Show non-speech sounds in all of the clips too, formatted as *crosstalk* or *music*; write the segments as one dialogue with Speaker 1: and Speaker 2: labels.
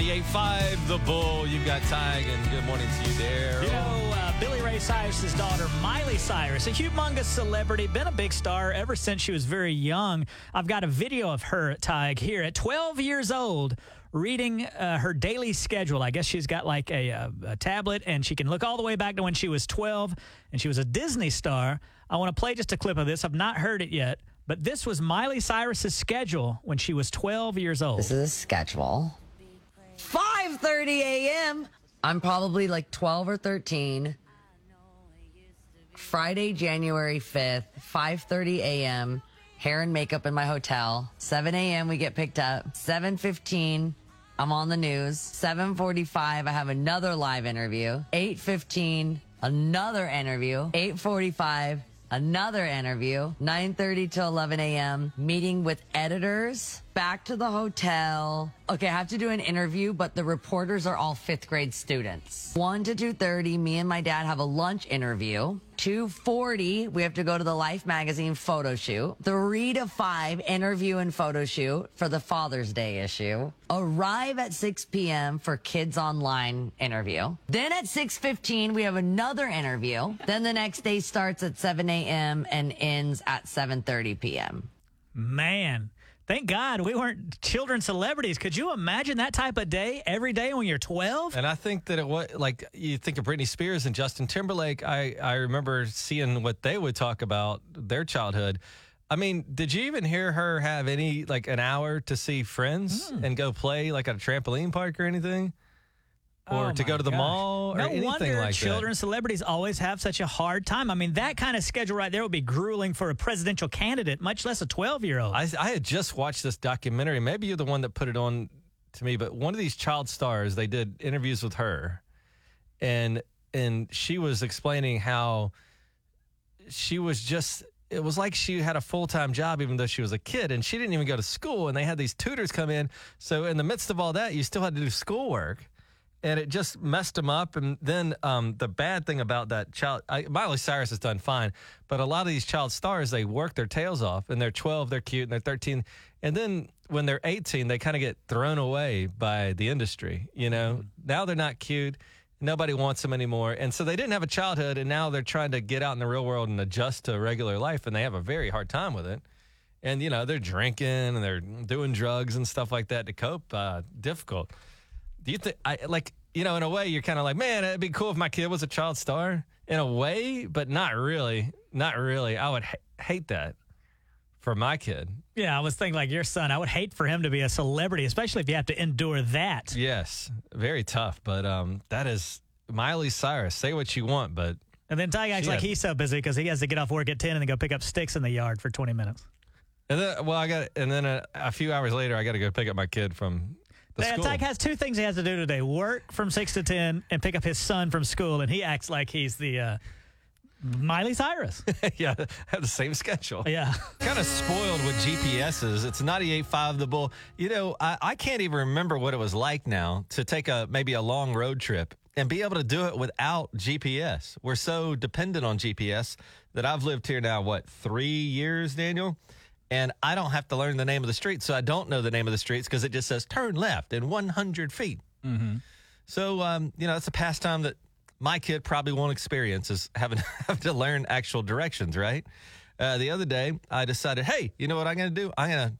Speaker 1: 98.5 The Bull. You've got Tig, and good morning to you there.
Speaker 2: You know, uh, Billy Ray Cyrus's daughter, Miley Cyrus, a humongous celebrity, been a big star ever since she was very young. I've got a video of her, Tig, here at 12 years old, reading uh, her daily schedule. I guess she's got like a, uh a tablet, and she can look all the way back to when she was 12, and she was a Disney star. I want to play just a clip of this. I've not heard it yet, but this was Miley Cyrus's schedule when she was 12 years old.
Speaker 3: This is a schedule. 5:30 a.m. I'm probably like 12 or 13. Friday, January 5th, 5:30 a.m. Hair and makeup in my hotel. 7 a.m. we get picked up. 7:15 I'm on the news. 7:45 I have another live interview. 8:15 another interview. 8:45 another interview 9.30 to 11 a.m meeting with editors back to the hotel okay i have to do an interview but the reporters are all fifth grade students 1 to 2.30 me and my dad have a lunch interview 2.40 we have to go to the life magazine photo shoot 3 to 5 interview and photo shoot for the father's day issue arrive at 6 p.m for kids online interview then at 6.15 we have another interview then the next day starts at 7 a.m and ends at 7.30 p.m
Speaker 2: Man, thank God we weren't children celebrities. Could you imagine that type of day every day when you're 12?
Speaker 1: And I think that it was like you think of Britney Spears and Justin Timberlake. I, I remember seeing what they would talk about their childhood. I mean, did you even hear her have any like an hour to see friends
Speaker 2: Hmm.
Speaker 1: and go play like at a trampoline park or anything? Or
Speaker 2: Oh
Speaker 1: to go
Speaker 2: my
Speaker 1: to the
Speaker 2: gosh.
Speaker 1: mall or
Speaker 2: no
Speaker 1: anything
Speaker 2: wonder
Speaker 1: like
Speaker 2: children
Speaker 1: that?
Speaker 2: celebrities always have such a hard time. I mean, that kind of schedule right there would be grueling for a presidential candidate, much less a 12 year old.
Speaker 1: I, I had just watched this documentary. Maybe you're the one that put it on to me, but one of these child stars, they did interviews with her, and and she was explaining how she was just. It was like she had a full time job, even though she was a kid, and she didn't even go to school. And they had these tutors come in. So in the midst of all that, you still had to do schoolwork. And it just messed him up. And then um, the bad thing about that child, I, Miley Cyrus has done fine, but a lot of these child stars, they work their tails off and they're 12, they're cute, and they're 13. And then when they're 18, they kind of get thrown away by the industry. You know, now they're not cute. Nobody wants them anymore. And so they didn't have a childhood, and now they're trying to get out in the real world and adjust to regular life, and they have a very hard time with it. And, you know, they're drinking and they're doing drugs and stuff like that to cope. Uh, difficult. Do you think, I like, you know, in a way, you're kind of like, man, it'd be cool if my kid was a child star in a way, but not really. Not really. I would ha- hate that for my kid.
Speaker 2: yeah, I was thinking like your son, I would hate for him to be a celebrity, especially if you have to endure that.
Speaker 1: Yes. Very tough. But um, that is Miley Cyrus. Say what you want, but
Speaker 2: And then Ty acts
Speaker 1: She
Speaker 2: like
Speaker 1: had-
Speaker 2: he's so busy because he has to get off work at 10 and then go pick up sticks in the yard for 20 minutes.
Speaker 1: And then, well, I got, and then a, a few hours later, I got to go pick up my kid from the
Speaker 2: Yeah,
Speaker 1: school.
Speaker 2: Tyke has two things he has to do today: work from six to ten, and pick up his son from school. And he acts like he's the uh,
Speaker 1: *laughs*
Speaker 2: Miley Cyrus.
Speaker 1: *laughs* yeah, have the same schedule.
Speaker 2: Oh, yeah,
Speaker 1: Kind of spoiled with GPSs. It's 98.5 the bull. You know, I, I can't even remember what it was like now to take a maybe a long road trip and be able to do it without GPS. We're so dependent on GPS that I've lived here now, what, three years, Daniel? And I don't have to learn the name of the street. So I don't know the name of the streets because it just says turn left in 100 feet. So um, you know, it's a pastime that my kid probably won't experience is having *laughs* having to learn actual directions, right? Uh, the other day, I decided, hey, you know what I'm going to do? I'm going to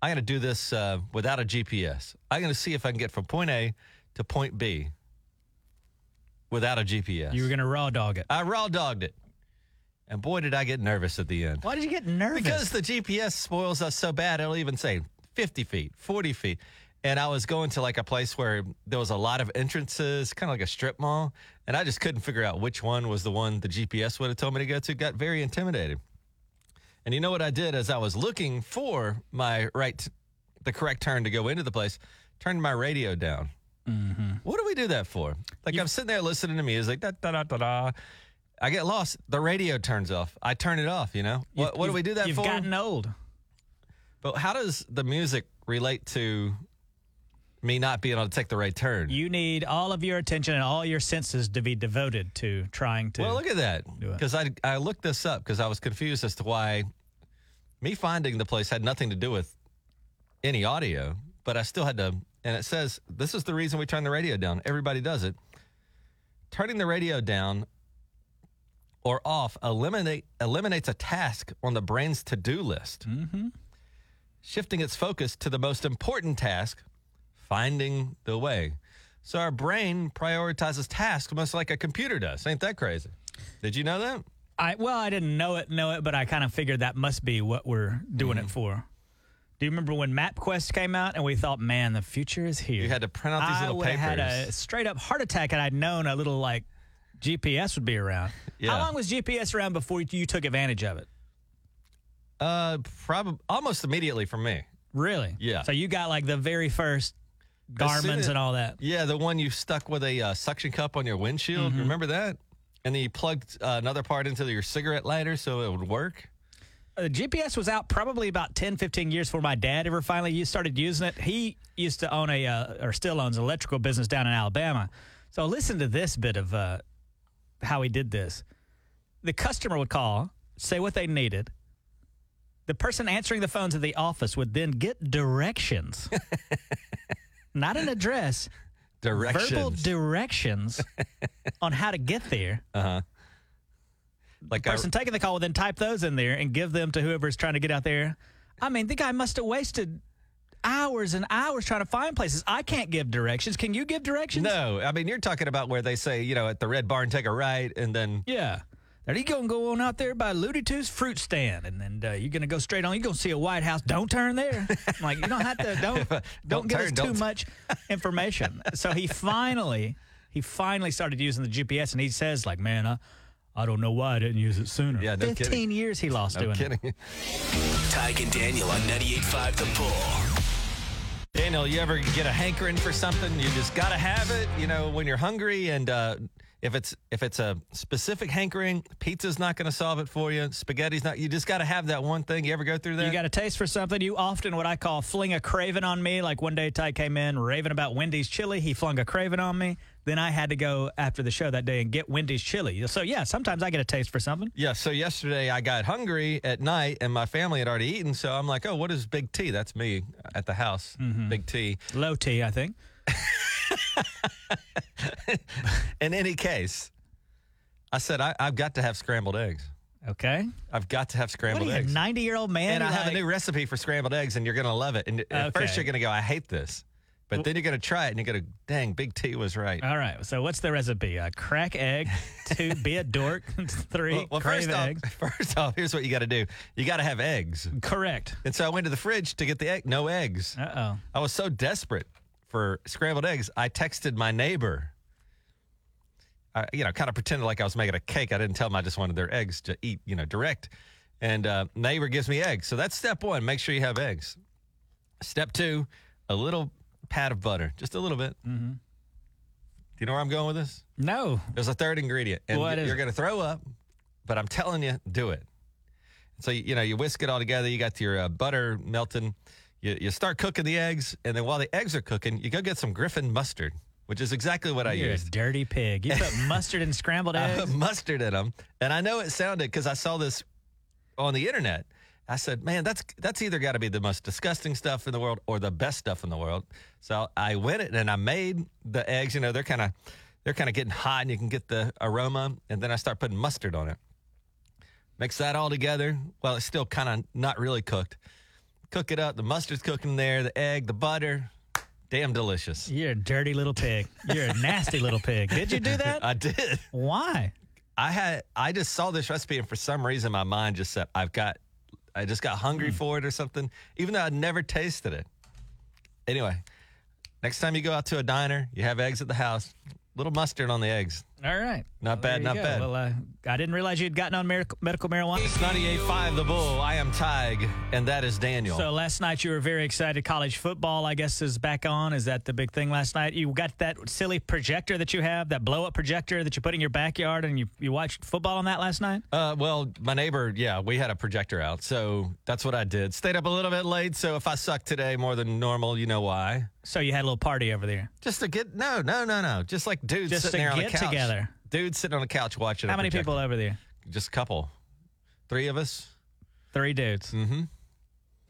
Speaker 1: I'm going to do this uh, without a GPS. I'm going to see if I can get from point A to point B without a GPS.
Speaker 2: you were gonna raw dog it.
Speaker 1: I raw dogged it, and boy, did I get nervous at the end.
Speaker 2: Why did you get nervous?
Speaker 1: Because the GPS spoils us so bad, it'll even say 50 feet, 40 feet. And I was going to like a place where there was a lot of entrances, kind of like a strip mall. And I just couldn't figure out which one was the one the GPS would have told me to go to. Got very intimidated. And you know what I did as I was looking for my right, the correct turn to go into the place, turned my radio down.
Speaker 2: Mm-hmm.
Speaker 1: What do we do that for? Like I'm sitting there listening to music, da da da da da. I get lost. The radio turns off. I turn it off. You know what? What do
Speaker 2: You've-
Speaker 1: we do that
Speaker 2: You've
Speaker 1: for?
Speaker 2: gotten old.
Speaker 1: but how does the music relate to me not being able to take the right turn?
Speaker 2: You need all of your attention and all your senses to be devoted to trying to.
Speaker 1: well, look at that.
Speaker 2: Do it.
Speaker 1: Because I I looked this up because I was confused as to why me finding the place had nothing to do with any audio, but I still had to and it says, This is the reason we turn the radio down. Everybody does it. Turning the radio down or off eliminate, eliminates a task on the brain's to do list,
Speaker 2: Mm-hmm.
Speaker 1: shifting its focus to the most important task finding the way. So our brain prioritizes tasks much like a computer does. Ain't that crazy? Did you know that?
Speaker 2: I well, I didn't know it, know it, but I kind of figured that must be what we're doing
Speaker 1: Mm.
Speaker 2: it for. Do you remember when MapQuest came out and we thought, man, the future is here?
Speaker 1: You had to print out these
Speaker 2: I
Speaker 1: little
Speaker 2: would have had a
Speaker 1: papers.
Speaker 2: straight up heart attack had I known a little like GPS would be around.
Speaker 1: Yeah.
Speaker 2: How long was GPS around before you took advantage of it?
Speaker 1: Uh, probably almost immediately for me.
Speaker 2: Really?
Speaker 1: Yeah.
Speaker 2: So you got like the very first
Speaker 1: As soon
Speaker 2: Garmin's
Speaker 1: as-
Speaker 2: and all that.
Speaker 1: Yeah, the one you stuck with a uh, suction cup on your windshield.
Speaker 2: Mm-hmm.
Speaker 1: Remember that? And then you plugged uh, another part into your cigarette lighter so it would work.
Speaker 2: Uh, GPS was out probably about 10, 15 years before my dad ever finally u- started using it. He used to own a, uh, or still owns, an electrical business down in Alabama. So listen to this bit of uh, how he did this. The customer would call, say what they needed. The person answering the phones at the office would then get directions, not an address, verbal
Speaker 1: Directions.
Speaker 2: directions on how to get there.
Speaker 1: Uh-huh. like I,
Speaker 2: person taking the call will then type those in there and give them to whoever's trying to get out there. I mean, the guy must have wasted hours and hours trying to find places. I can't give directions. Can you give directions?
Speaker 1: no, I mean you're talking about where they say you know at the Red Barn take a right and then
Speaker 2: Yeah. Are you gonna go on out there by Looney Tunes fruit stand, and then uh, you're gonna go straight on. You're gonna see a White House. Don't
Speaker 1: *laughs*
Speaker 2: turn there. I'm like you don't have to. Don't don't,
Speaker 1: Don't
Speaker 2: give us
Speaker 1: turn,
Speaker 2: too
Speaker 1: don't-
Speaker 2: much information. so he finally he finally started using the GPS, and he says like, man, I, I don't know why I didn't use it sooner.
Speaker 1: Yeah, no kidding.
Speaker 2: fifteen years he lost doing it.
Speaker 1: kidding.
Speaker 4: Tyke and Daniel on 98.5 The Bull.
Speaker 1: Daniel, you ever get a hankering for something? You just gotta have it. You know when you're hungry and. uh if it's if it's a specific hankering, pizza's not going to solve it for you. Spaghetti's not. You just got to have that one thing. You ever go through that?
Speaker 2: You got a taste for something. You often what I call fling a craven on me. Like one day Ty came in raving about Wendy's chili. He flung a craven on me. Then I had to go after the show that day and get Wendy's chili. So yeah, sometimes I get a taste for something.
Speaker 1: Yeah, so yesterday I got hungry at night and my family had already eaten. So I'm like, oh, what is Big T? That's me at the house,
Speaker 2: Mm-hmm.
Speaker 1: Big T.
Speaker 2: Low T, I think.
Speaker 1: In any case, I said, I, I've got to have scrambled eggs.
Speaker 2: Okay.
Speaker 1: I've got to have
Speaker 2: What
Speaker 1: scrambled
Speaker 2: are you, a
Speaker 1: eggs.
Speaker 2: ninety year old man?
Speaker 1: and I
Speaker 2: You're
Speaker 1: have a
Speaker 2: like-
Speaker 1: new recipe for scrambled eggs, and you're going to love it. And at first
Speaker 2: Okay.
Speaker 1: you're going to go, I hate this. But then you're going to try it and you're going to, dang, Big T was right.
Speaker 2: All right. So what's the recipe? A crack egg.
Speaker 1: *laughs*
Speaker 2: Two. be a dork. *laughs* Three.
Speaker 1: Well, well,
Speaker 2: crave
Speaker 1: first off,
Speaker 2: eggs.
Speaker 1: *laughs* first off, here's what you got to do you got to have eggs.
Speaker 2: Correct.
Speaker 1: And so I went to the fridge to get the egg. No eggs.
Speaker 2: Uh oh.
Speaker 1: I was so desperate for scrambled eggs, I texted my neighbor. I, you know, kind of pretended like I was making a cake. I didn't tell them I just wanted their eggs to eat, you know, direct. And uh, neighbor gives me eggs. So that's step one. Make sure you have eggs. Step two, a little pat of butter, just a little bit. Mm-hmm. Do you know where I'm going with this?
Speaker 2: No.
Speaker 1: There's a third ingredient, and
Speaker 2: What
Speaker 1: you-
Speaker 2: is
Speaker 1: you're
Speaker 2: it?
Speaker 1: going to throw up. But I'm telling you, do it. So you you know you whisk it all together. You got your uh, butter melting. You, you start cooking the eggs, and then while the eggs are cooking, you go get some Griffin mustard, which is exactly what I
Speaker 2: You're a
Speaker 1: used. Uh,
Speaker 2: dirty pig. You
Speaker 1: *laughs*
Speaker 2: put mustard and scrambled
Speaker 1: I
Speaker 2: eggs.
Speaker 1: put mustard in them, and I know it sounded because I saw this on the internet. I said, "Man, that's that's either got to be the most disgusting stuff in the world or the best stuff in the world." So I went it and I made the eggs. You know, they're kind of they're kind of getting hot, and you can get the aroma. And then I start putting mustard on it. Mix that all together. Well, it's still kind of not really cooked. Cook it up. The mustard's cooking there. The egg, the butter, damn delicious.
Speaker 2: You're a dirty little pig. You're a nasty little pig. Did you do
Speaker 1: *laughs*
Speaker 2: that?
Speaker 1: I did.
Speaker 2: Why?
Speaker 1: I had I just saw this recipe and for some reason my mind just said I've got I just got
Speaker 2: Mm.
Speaker 1: hungry for it or something, even though I'd never tasted it. Anyway, next time you go out to a diner, you have eggs at the house, little mustard on the eggs.
Speaker 2: All right.
Speaker 1: Not
Speaker 2: There
Speaker 1: bad,
Speaker 2: you
Speaker 1: not
Speaker 2: go.
Speaker 1: bad.
Speaker 2: Well, uh, I didn't realize you'd gotten on medical, medical marijuana.
Speaker 1: It's 98.5 The Bull. I am Tig, and that is Daniel.
Speaker 2: So last night you were very excited. College football, I guess, is back on. Is that the big thing last night? You got that silly projector that you have, that blow up projector that you put in your backyard, and you, you watched football on that last night?
Speaker 1: Uh, well, my neighbor, yeah, we had a projector out, so that's what I did. Stayed up a little bit late, so if I suck today more than normal, you know why.
Speaker 2: So you had a little party over there.
Speaker 1: Just to get no, no, no, no. Just like dudes
Speaker 2: Just
Speaker 1: sitting
Speaker 2: to
Speaker 1: there on the
Speaker 2: get
Speaker 1: couch.
Speaker 2: together.
Speaker 1: Dudes sitting on the couch watching. a
Speaker 2: How many
Speaker 1: projector.
Speaker 2: people over there?
Speaker 1: Just a couple. Three of us.
Speaker 2: Three dudes. Mm-hmm.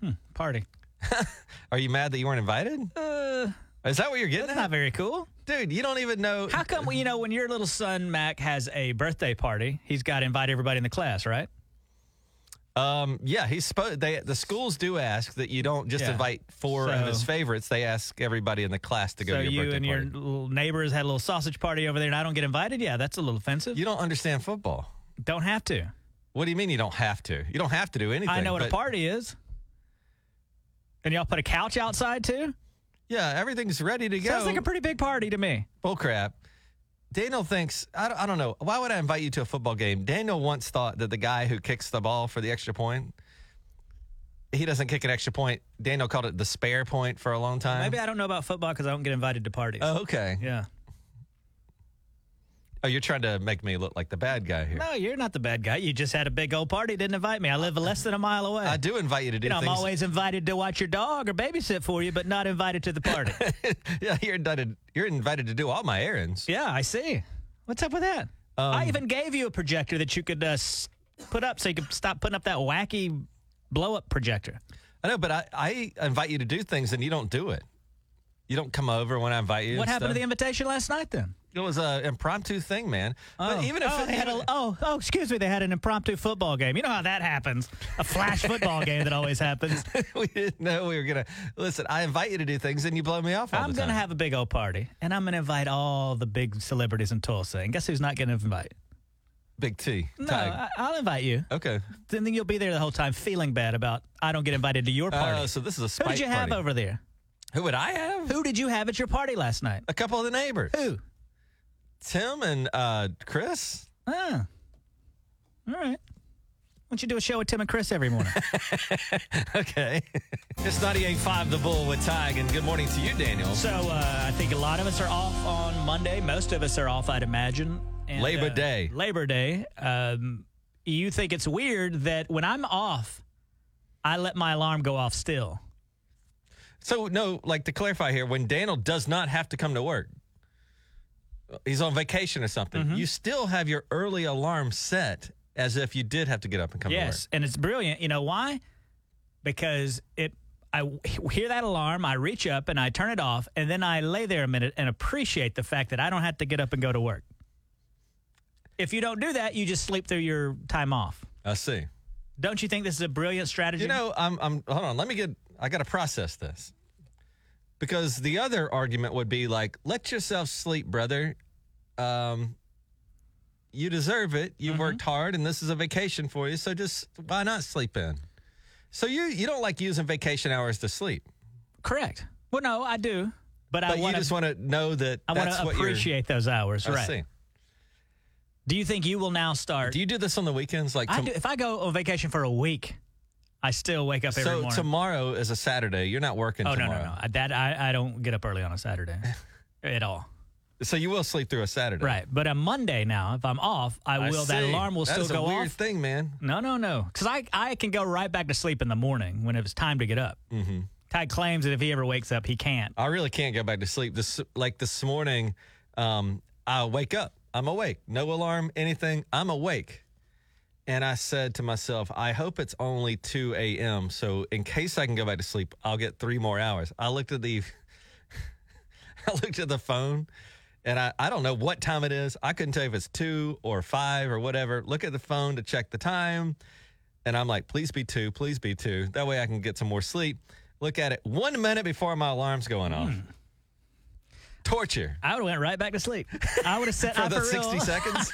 Speaker 2: Hmm, party.
Speaker 1: Are you mad that you weren't invited?
Speaker 2: Uh,
Speaker 1: Is that what you're getting
Speaker 2: That's
Speaker 1: at?
Speaker 2: not very cool.
Speaker 1: Dude, you don't even know.
Speaker 2: How come, you know, when your little son, Mac, has a birthday party, he's got to invite everybody in the class, right?
Speaker 1: Um, yeah, he's supposed. They the schools do ask that you don't just
Speaker 2: Yeah.
Speaker 1: invite four
Speaker 2: So-
Speaker 1: of his favorites. They ask everybody in the class to go
Speaker 2: So
Speaker 1: to your
Speaker 2: you
Speaker 1: birthday
Speaker 2: and your
Speaker 1: party.
Speaker 2: little neighbors had a little sausage party over there, and I don't get invited? Yeah, that's a little offensive.
Speaker 1: You don't understand football.
Speaker 2: don't have to.
Speaker 1: What do you mean you don't have to? You don't have to do anything.
Speaker 2: I know what a
Speaker 1: but-
Speaker 2: party is. And y'all put a couch outside too?
Speaker 1: Yeah, everything's ready to go.
Speaker 2: Sounds like a pretty big party to me.
Speaker 1: Bull crap. Daniel thinks, I don't, I don't know, why would I invite you to a football game? Daniel once thought that the guy who kicks the ball for the extra point, he doesn't kick an extra point. Daniel called it the spare point for a long time.
Speaker 2: Maybe I don't know about football because I don't get invited to parties.
Speaker 1: Oh, okay.
Speaker 2: yeah.
Speaker 1: Oh, you're trying to make me look like the bad guy here.
Speaker 2: No, you're not the bad guy. You just had a big old party, didn't invite me. I live less than a mile away.
Speaker 1: I do invite you to do
Speaker 2: you know, I'm
Speaker 1: things.
Speaker 2: always invited to watch your dog or babysit for you, but not invited to the party.
Speaker 1: *laughs* yeah, you're invited, you're invited to do all my errands.
Speaker 2: yeah, I see. What's up with that?
Speaker 1: Um,
Speaker 2: I even gave you a projector that you could uh, s- put up so you could stop putting up that wacky blow up projector.
Speaker 1: I know, but I, I invite you to do things and you don't do it. You don't come over when I invite you.
Speaker 2: what
Speaker 1: and
Speaker 2: happened to the
Speaker 1: stuff.
Speaker 2: invitation last night then?
Speaker 1: It was an impromptu thing, man.
Speaker 2: Oh.
Speaker 1: But even if
Speaker 2: oh,
Speaker 1: it
Speaker 2: they had a, oh, oh, excuse me, they had an impromptu football game. You know how that happens. A
Speaker 1: *laughs*
Speaker 2: flash football game that always happens.
Speaker 1: we didn't know we were gonna listen. I invite you to do things, and you blow me off. All
Speaker 2: I'm
Speaker 1: the
Speaker 2: going to
Speaker 1: time.
Speaker 2: have a big old party, and I'm going to invite all the big celebrities in Tulsa. And guess who's not going to invite?
Speaker 1: big T.
Speaker 2: No,
Speaker 1: Tag.
Speaker 2: I, I'll invite you.
Speaker 1: okay.
Speaker 2: Then, then you'll be there the whole time feeling bad about I don't get invited to your party.
Speaker 1: Uh, so this is a
Speaker 2: Who
Speaker 1: spike
Speaker 2: did you have
Speaker 1: party.
Speaker 2: over there?
Speaker 1: Who would I have?
Speaker 2: Who did you have at your party last night?
Speaker 1: A couple of the neighbors.
Speaker 2: Who?
Speaker 1: Tim and uh, Chris. *laughs*
Speaker 2: Ah. All right. Why don't you do a show with Tim and Chris every morning?
Speaker 1: Okay. it's 98.5 The Bull with Tig, and good morning to you, Daniel.
Speaker 2: *laughs* So uh, I think a lot of us are off on Monday. Most of us are off, I'd imagine. And,
Speaker 1: Labor
Speaker 2: uh,
Speaker 1: Day.
Speaker 2: Labor Day. Um, you think it's weird that when I'm off, I let my alarm go off still.
Speaker 1: So no, like to clarify here, when Daniel does not have to come to work, he's on vacation or something.
Speaker 2: Mm-hmm.
Speaker 1: You still have your early alarm set as if you did have to get up and come
Speaker 2: yes, and it's brilliant. You know why? Because it. I w- hear that alarm, I reach up and I turn it off, and then I lay there a minute and appreciate the fact that I don't have to get up and go to work. If you don't do that, you just sleep through your time off.
Speaker 1: to work. I see.
Speaker 2: Don't you think this is a brilliant strategy?
Speaker 1: You know, I'm, I'm, hold on, let me get, I got to process this. Because the other argument would be like, let yourself sleep, brother. Um, you deserve it. You
Speaker 2: Mm-hmm.
Speaker 1: worked hard and this is a vacation for you. So just, why not sleep in? So you, you don't like using vacation hours to sleep,
Speaker 2: Correct. Well, no, I do, but, I
Speaker 1: but you
Speaker 2: want
Speaker 1: just
Speaker 2: to.
Speaker 1: want to know that
Speaker 2: I want
Speaker 1: that's
Speaker 2: to
Speaker 1: what you're,
Speaker 2: appreciate those hours,
Speaker 1: I
Speaker 2: right?
Speaker 1: see.
Speaker 2: Do you think you will now start?
Speaker 1: Do you do this on the weekends? Like,
Speaker 2: I
Speaker 1: tom-
Speaker 2: do, if I go on vacation for a week, I still wake up every
Speaker 1: so
Speaker 2: morning.
Speaker 1: tomorrow is a Saturday. You're not working
Speaker 2: oh no,
Speaker 1: tomorrow.
Speaker 2: no, no! I- That I, I don't get up early on
Speaker 1: *laughs*
Speaker 2: a Saturday at all.
Speaker 1: So you will sleep through a Saturday.
Speaker 2: Right, but a Monday now, if I'm off, I
Speaker 1: I
Speaker 2: will. that
Speaker 1: see.
Speaker 2: alarm will
Speaker 1: That
Speaker 2: still
Speaker 1: is
Speaker 2: go
Speaker 1: a weird
Speaker 2: off.
Speaker 1: thing, man.
Speaker 2: No, no, no. Because I, I can go right back to sleep in the morning when it's time to get up. Mm-hmm. Ty claims that if he ever wakes up, he can't.
Speaker 1: I really can't go back to sleep. This like this morning, um, I wake up. I'm awake. No alarm, anything. I'm awake. And I said to myself, I hope it's only 2 a.m. So in case I can go back to sleep, I'll get three more hours. I looked at the *laughs* I looked at the phone and I, I don't know what time it is. I couldn't tell you if it's two or five or whatever. Look at the phone to check the time. And I'm like, please be two, please be two. That way I can get some more sleep. Look at it one minute before my alarm's going off.
Speaker 2: Hmm.
Speaker 1: Torture.
Speaker 2: I would have went right back to sleep. I would have
Speaker 1: *laughs*
Speaker 2: set
Speaker 1: For
Speaker 2: I
Speaker 1: the
Speaker 2: for real-
Speaker 1: 60
Speaker 2: *laughs*
Speaker 1: seconds?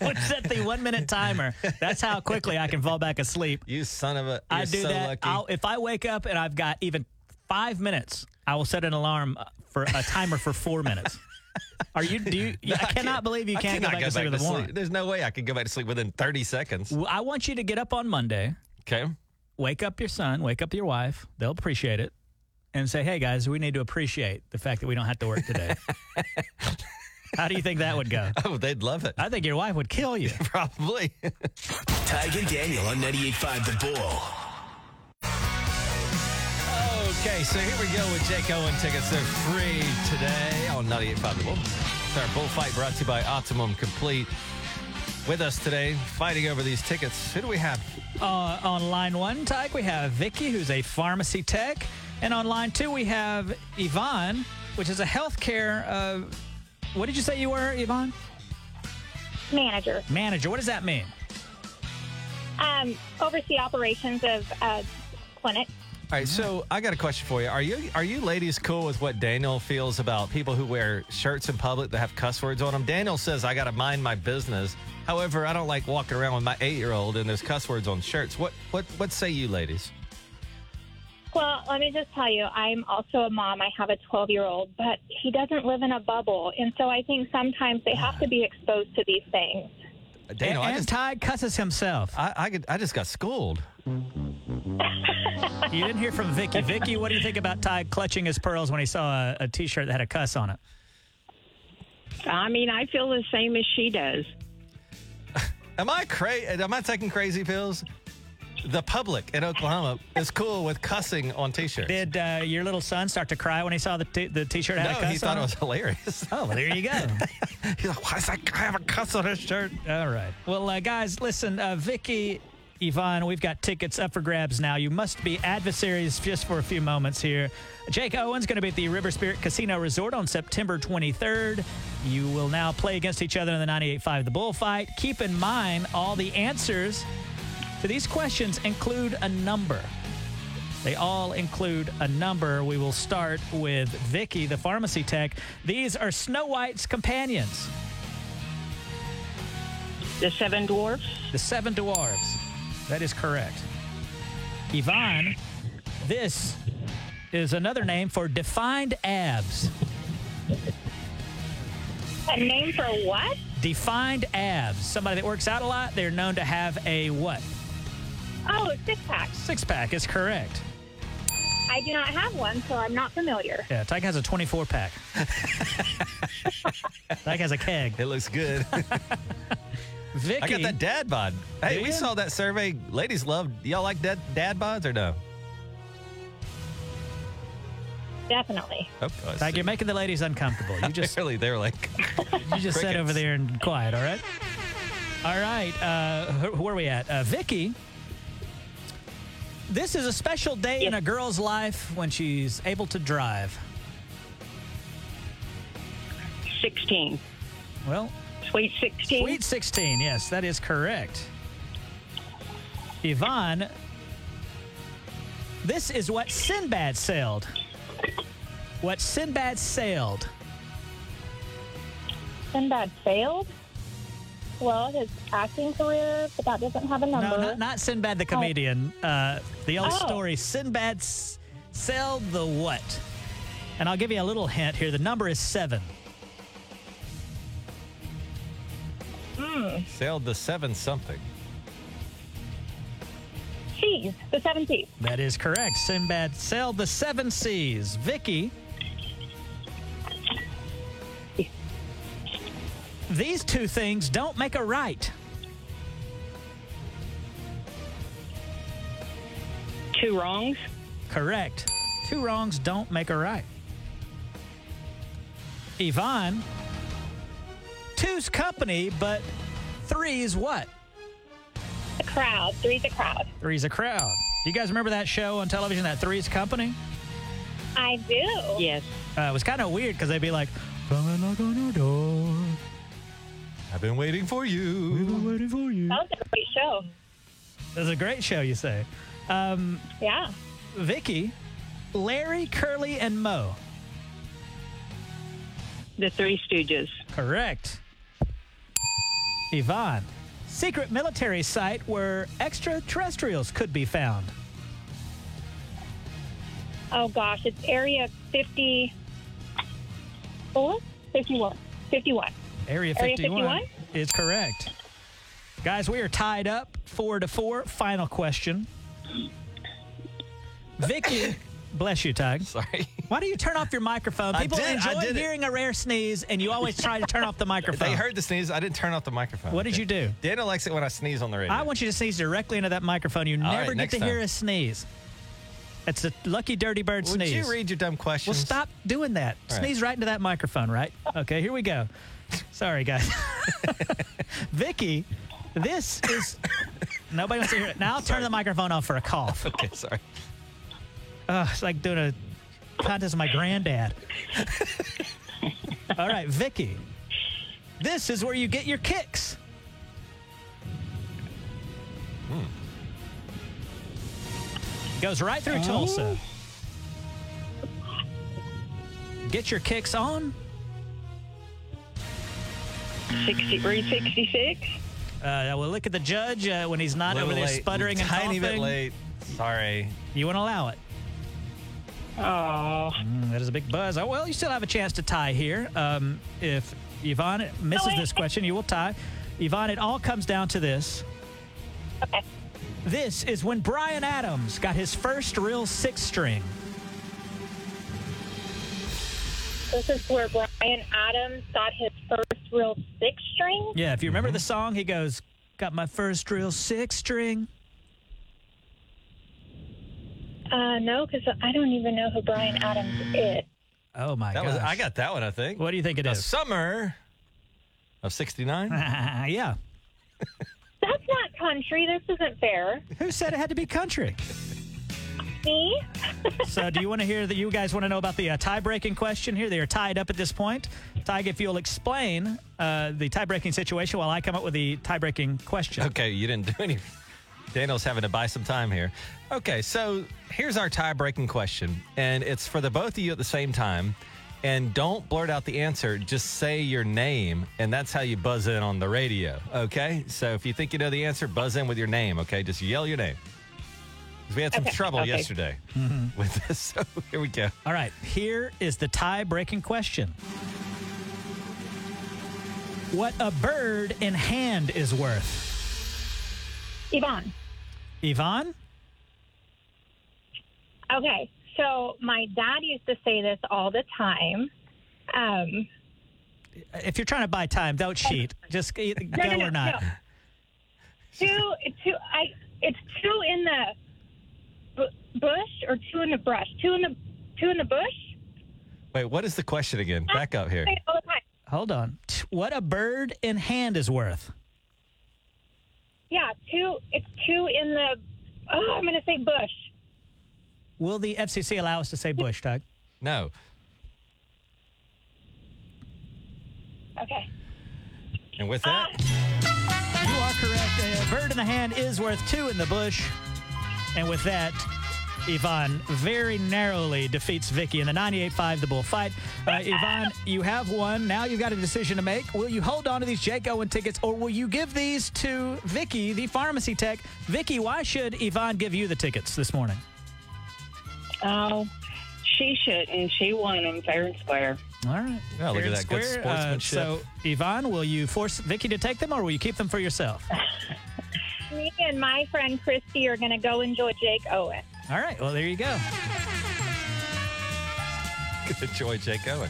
Speaker 2: would set the one minute timer. That's how quickly I can fall back asleep.
Speaker 1: You son of a. You're
Speaker 2: I do
Speaker 1: so
Speaker 2: that.
Speaker 1: lucky.
Speaker 2: I'll, if I wake up and I've got even five minutes, I will set an alarm uh, for a timer for *laughs* four minutes. Are you? Do you? I cannot believe you
Speaker 1: I
Speaker 2: can't go
Speaker 1: cannot
Speaker 2: back to sleep in the morning.
Speaker 1: There's no way I could go back to sleep within 30 seconds.
Speaker 2: Well, I want you to get up on Monday,
Speaker 1: Okay. *laughs*
Speaker 2: wake up your son, wake up your wife. They'll appreciate it, and say, "Hey guys, we need to appreciate the fact that we don't have to work *laughs* today." How do you think that would go?
Speaker 1: Oh, they'd love
Speaker 2: *laughs*
Speaker 1: it.
Speaker 2: I think your wife would kill you.
Speaker 1: Probably.
Speaker 4: Tig and Daniel on 98.5 The Bull.
Speaker 1: Okay, so here we go with Jake Owen tickets. They're free today on 98.5 The Bull. It's our bullfight brought to you by Optimum Complete. With us today, fighting over these tickets, who do we have?
Speaker 2: Uh, on line one, Tyke, we have Vicky, who's a pharmacy tech. And on line two, we have Yvonne, which is a healthcare. Uh, what did you say you were, Yvonne?
Speaker 5: manager.
Speaker 2: Manager. What does that mean?
Speaker 5: Um, oversee operations of uh, clinic.
Speaker 1: All right, so I got a question for you. Are you are you ladies cool with what Daniel feels about people who wear shirts in public that have cuss words on them? Daniel says I got to mind my business. However, I don't like walking around with my eight year old and there's cuss words on shirts. What what what say you ladies?
Speaker 5: Well, let me just tell you, I'm also a mom. I have a 12 year old, but he doesn't live in a bubble. And so I think sometimes they have to be exposed to these things.
Speaker 1: Uh, Daniel, I
Speaker 2: and
Speaker 1: just
Speaker 2: Ty cusses himself.
Speaker 1: I, I, could, I just got schooled.
Speaker 2: You didn't hear from Vicky. *laughs* Vicky, what do you think about Ty clutching his pearls when he saw a, a T-shirt that had a cuss on it?
Speaker 6: I mean, I feel the same as she does.
Speaker 1: Am I crazy? Am I taking crazy pills? The public in Oklahoma is cool with cussing on t-shirts.
Speaker 2: Did uh, your little son start to cry when he saw the t- the T-shirt had
Speaker 1: no,
Speaker 2: a cuss
Speaker 1: he thought
Speaker 2: on
Speaker 1: it was hilarious.
Speaker 2: Oh, well, there you *laughs* go.
Speaker 1: *laughs* He's like, why does that guy have a cuss on his shirt?
Speaker 2: All right. Well, uh, guys, listen, uh, Vicky, Yvonne, we've got tickets up for grabs now. You must be adversaries just for a few moments here. Jake Owen's going to be at the River Spirit Casino Resort on September 23rd. You will now play against each other in the 98.5 The Bullfight. Keep in mind, all the answers to these questions include a number. They all include a number. We will start with Vicky, the pharmacy tech. These are Snow White's companions.
Speaker 6: The Seven Dwarfs,
Speaker 2: The Seven Dwarves. That is correct. Yvonne, this is another name for defined abs.
Speaker 5: A name for what?
Speaker 2: Defined abs. Somebody that works out a lot, they're known to have a what?
Speaker 5: Oh, six pack.
Speaker 2: Six pack is correct.
Speaker 5: I do not have one, so I'm not familiar.
Speaker 2: Yeah, Tyke has a 24 pack. Tyke has a keg.
Speaker 1: It looks *laughs* good.
Speaker 2: Vicky,
Speaker 1: I got that dad bod. Hey,
Speaker 2: Do
Speaker 1: we
Speaker 2: ya?
Speaker 1: saw that survey. Ladies love. Y'all like dad, dad bods or no?
Speaker 5: Definitely.
Speaker 1: Oh, I
Speaker 2: Tyke,
Speaker 1: see. *laughs*
Speaker 2: you're making the ladies uncomfortable. You just
Speaker 1: Really, they were like, *laughs*
Speaker 2: You just sat
Speaker 1: Crickets.
Speaker 2: over there and quiet, all right? All right, uh, wh- where are we at? Uh, Vicky, this is a special day in a girl's life when she's able to drive.
Speaker 6: 16.
Speaker 2: Well,
Speaker 6: Sweet 16.
Speaker 2: sweet 16, yes, that is correct. Yvonne, this is what Sinbad sailed. What Sinbad sailed.
Speaker 5: Sinbad failed? Well, his acting career, but that doesn't have a number.
Speaker 2: No, not, not Sinbad the comedian. Uh, the old
Speaker 5: Oh.
Speaker 2: story. Sinbad s- sell the what? And I'll give you a little hint here. The number is seven.
Speaker 1: sailed the seven something.
Speaker 5: Cheese, the seven seas.
Speaker 2: That is correct. Sinbad sell the seven seas. Vicky. These two things don't make a right.
Speaker 6: Two wrongs.
Speaker 2: Correct. Two wrongs don't make a right. Yvonne. Two's company, but three's what?
Speaker 5: The crowd, three's a crowd.
Speaker 2: Three's a crowd. You guys remember that show on television, that Three's Company?
Speaker 5: I do.
Speaker 6: Yes.
Speaker 2: Uh, it was kind of weird because they'd be like, "Come and knock on our door.
Speaker 1: I've been waiting for you.
Speaker 2: We're waiting for you."
Speaker 5: That was a great show.
Speaker 2: It was a great show, you say.
Speaker 5: Yeah.
Speaker 2: Vicky, Larry, Curly, and Mo.
Speaker 6: The Three Stooges.
Speaker 2: Correct. Yvonne, secret military site where extraterrestrials could be found.
Speaker 5: Oh gosh, it's area 54? 51. 51.
Speaker 2: Area
Speaker 5: Area
Speaker 2: 51,
Speaker 5: 51?
Speaker 2: is correct. Guys, we are tied up four to four. Final question. Vicky, bless you, Tug.
Speaker 1: Sorry.
Speaker 2: Why do you turn off your microphone?
Speaker 1: I
Speaker 2: People
Speaker 1: did- I
Speaker 2: enjoy
Speaker 1: did it.
Speaker 2: hearing a rare sneeze, and you always try to turn off the
Speaker 1: *laughs*
Speaker 2: microphone.
Speaker 1: They heard the sneeze. I didn't turn off the microphone.
Speaker 2: What did you do?
Speaker 1: Daniel likes it when I sneeze on the radio.
Speaker 2: I want you to sneeze directly into that microphone. You never
Speaker 1: right,
Speaker 2: get
Speaker 1: next
Speaker 2: to hear
Speaker 1: time.
Speaker 2: a sneeze. It's a lucky dirty bird
Speaker 1: Would
Speaker 2: sneeze.
Speaker 1: you read your dumb
Speaker 2: Well,
Speaker 1: questions? *laughs*
Speaker 2: stop doing that.
Speaker 1: All right.
Speaker 2: Sneeze right into that microphone, right? Okay, here we go.
Speaker 1: *laughs*
Speaker 2: Sorry, guys. Vicky, this is. Nobody wants to hear it. Now I'll turn the microphone off for a cough.
Speaker 1: Okay, sorry.
Speaker 2: Ugh, it's like Uh, doing a contest with my granddad. All right, Vicky. This is where you get your kicks. Hmm. Goes right through Tulsa. Get your kicks on.
Speaker 6: 63, 66.
Speaker 2: Uh, we'll look at the judge uh, when he's not
Speaker 1: Little
Speaker 2: over there
Speaker 1: late,
Speaker 2: sputtering and
Speaker 1: tiny
Speaker 2: coughing.
Speaker 1: bit late. Sorry.
Speaker 2: You won't allow it.
Speaker 6: Oh,
Speaker 2: Mm, that is a big buzz. Oh well, you still have a chance to tie here. Um, if Yvonne misses this question, you will tie. Yvonne, it all comes down to this. This is when Brian Adams got his first real six string.
Speaker 5: This is where Brian Adams got his first real six string.
Speaker 2: Yeah, if you remember
Speaker 1: Mm-hmm.
Speaker 2: the song, he goes, "Got my first real six string."
Speaker 5: Uh, no, because I don't even know who Brian Adams is.
Speaker 2: Oh my
Speaker 1: That
Speaker 2: gosh!
Speaker 1: was I got that one, I think.
Speaker 2: What do you think it
Speaker 1: The
Speaker 2: is?
Speaker 1: summer of 69.
Speaker 2: *laughs* yeah.
Speaker 5: That's not country. This isn't fair.
Speaker 2: Who said it had to be country?
Speaker 5: Me?
Speaker 2: So, do you want to hear that? You guys want to know about the uh, tie-breaking question here? They are tied up at this point. Tig, if you'll explain uh, the tie-breaking situation while I come up with the tie-breaking question.
Speaker 1: Okay, you didn't do any. Daniel's having to buy some time here. Okay, so here's our tie breaking question, and it's for the both of you at the same time. And don't blurt out the answer, just say your name, and that's how you buzz in on the radio, okay? So if you think you know the answer, buzz in with your name, okay? Just yell your name. 'Cause We had some trouble
Speaker 6: okay.
Speaker 1: yesterday with this, *laughs* so here we go.
Speaker 2: All right. Here is the tie-breaking question. What a bird in hand is worth,
Speaker 5: Yvonne.
Speaker 2: Yvonne?
Speaker 5: Okay, so my dad used to say this all the time. Um,
Speaker 2: If you're trying to buy time, don't cheat. Just e- go
Speaker 5: no, no,
Speaker 2: or not.
Speaker 5: no. two, two. I. It's two in the bu- bush or two in the brush. Two in the two in the bush.
Speaker 1: Wait, what is the question again? Back up here.
Speaker 5: Say it all the time.
Speaker 2: Hold on. T- What a bird in hand is worth.
Speaker 5: Yeah, two. It's two in the. Oh, I'm gonna say bush.
Speaker 2: Will the FCC allow us to say Bush, Doug?
Speaker 1: No.
Speaker 5: Okay.
Speaker 1: And with that,
Speaker 2: You are correct. A bird in the hand is worth two in the bush. And with that, Yvonne very narrowly defeats Vicky in the 98-5 The Bull fight. Uh, Yvonne, you have won. Now you've got a decision to make. Will you hold on to these Jake Owen tickets, or will you give these to Vicky, the pharmacy tech? Vicky, why should Yvonne give you the tickets this morning?
Speaker 6: oh, she shouldn't. She won them fair and square.
Speaker 2: All right.
Speaker 1: Yeah, look
Speaker 2: Fair
Speaker 1: at
Speaker 2: and
Speaker 1: that good
Speaker 2: square. Uh,
Speaker 1: sportsmanship.
Speaker 2: so, Yvonne, will you force Vicky to take them, or will you keep them for yourself?
Speaker 5: *laughs* Me and my friend Christy are gonna go enjoy Jake Owen.
Speaker 2: All right. Well, there you go.
Speaker 1: Good joy, Jake Owen.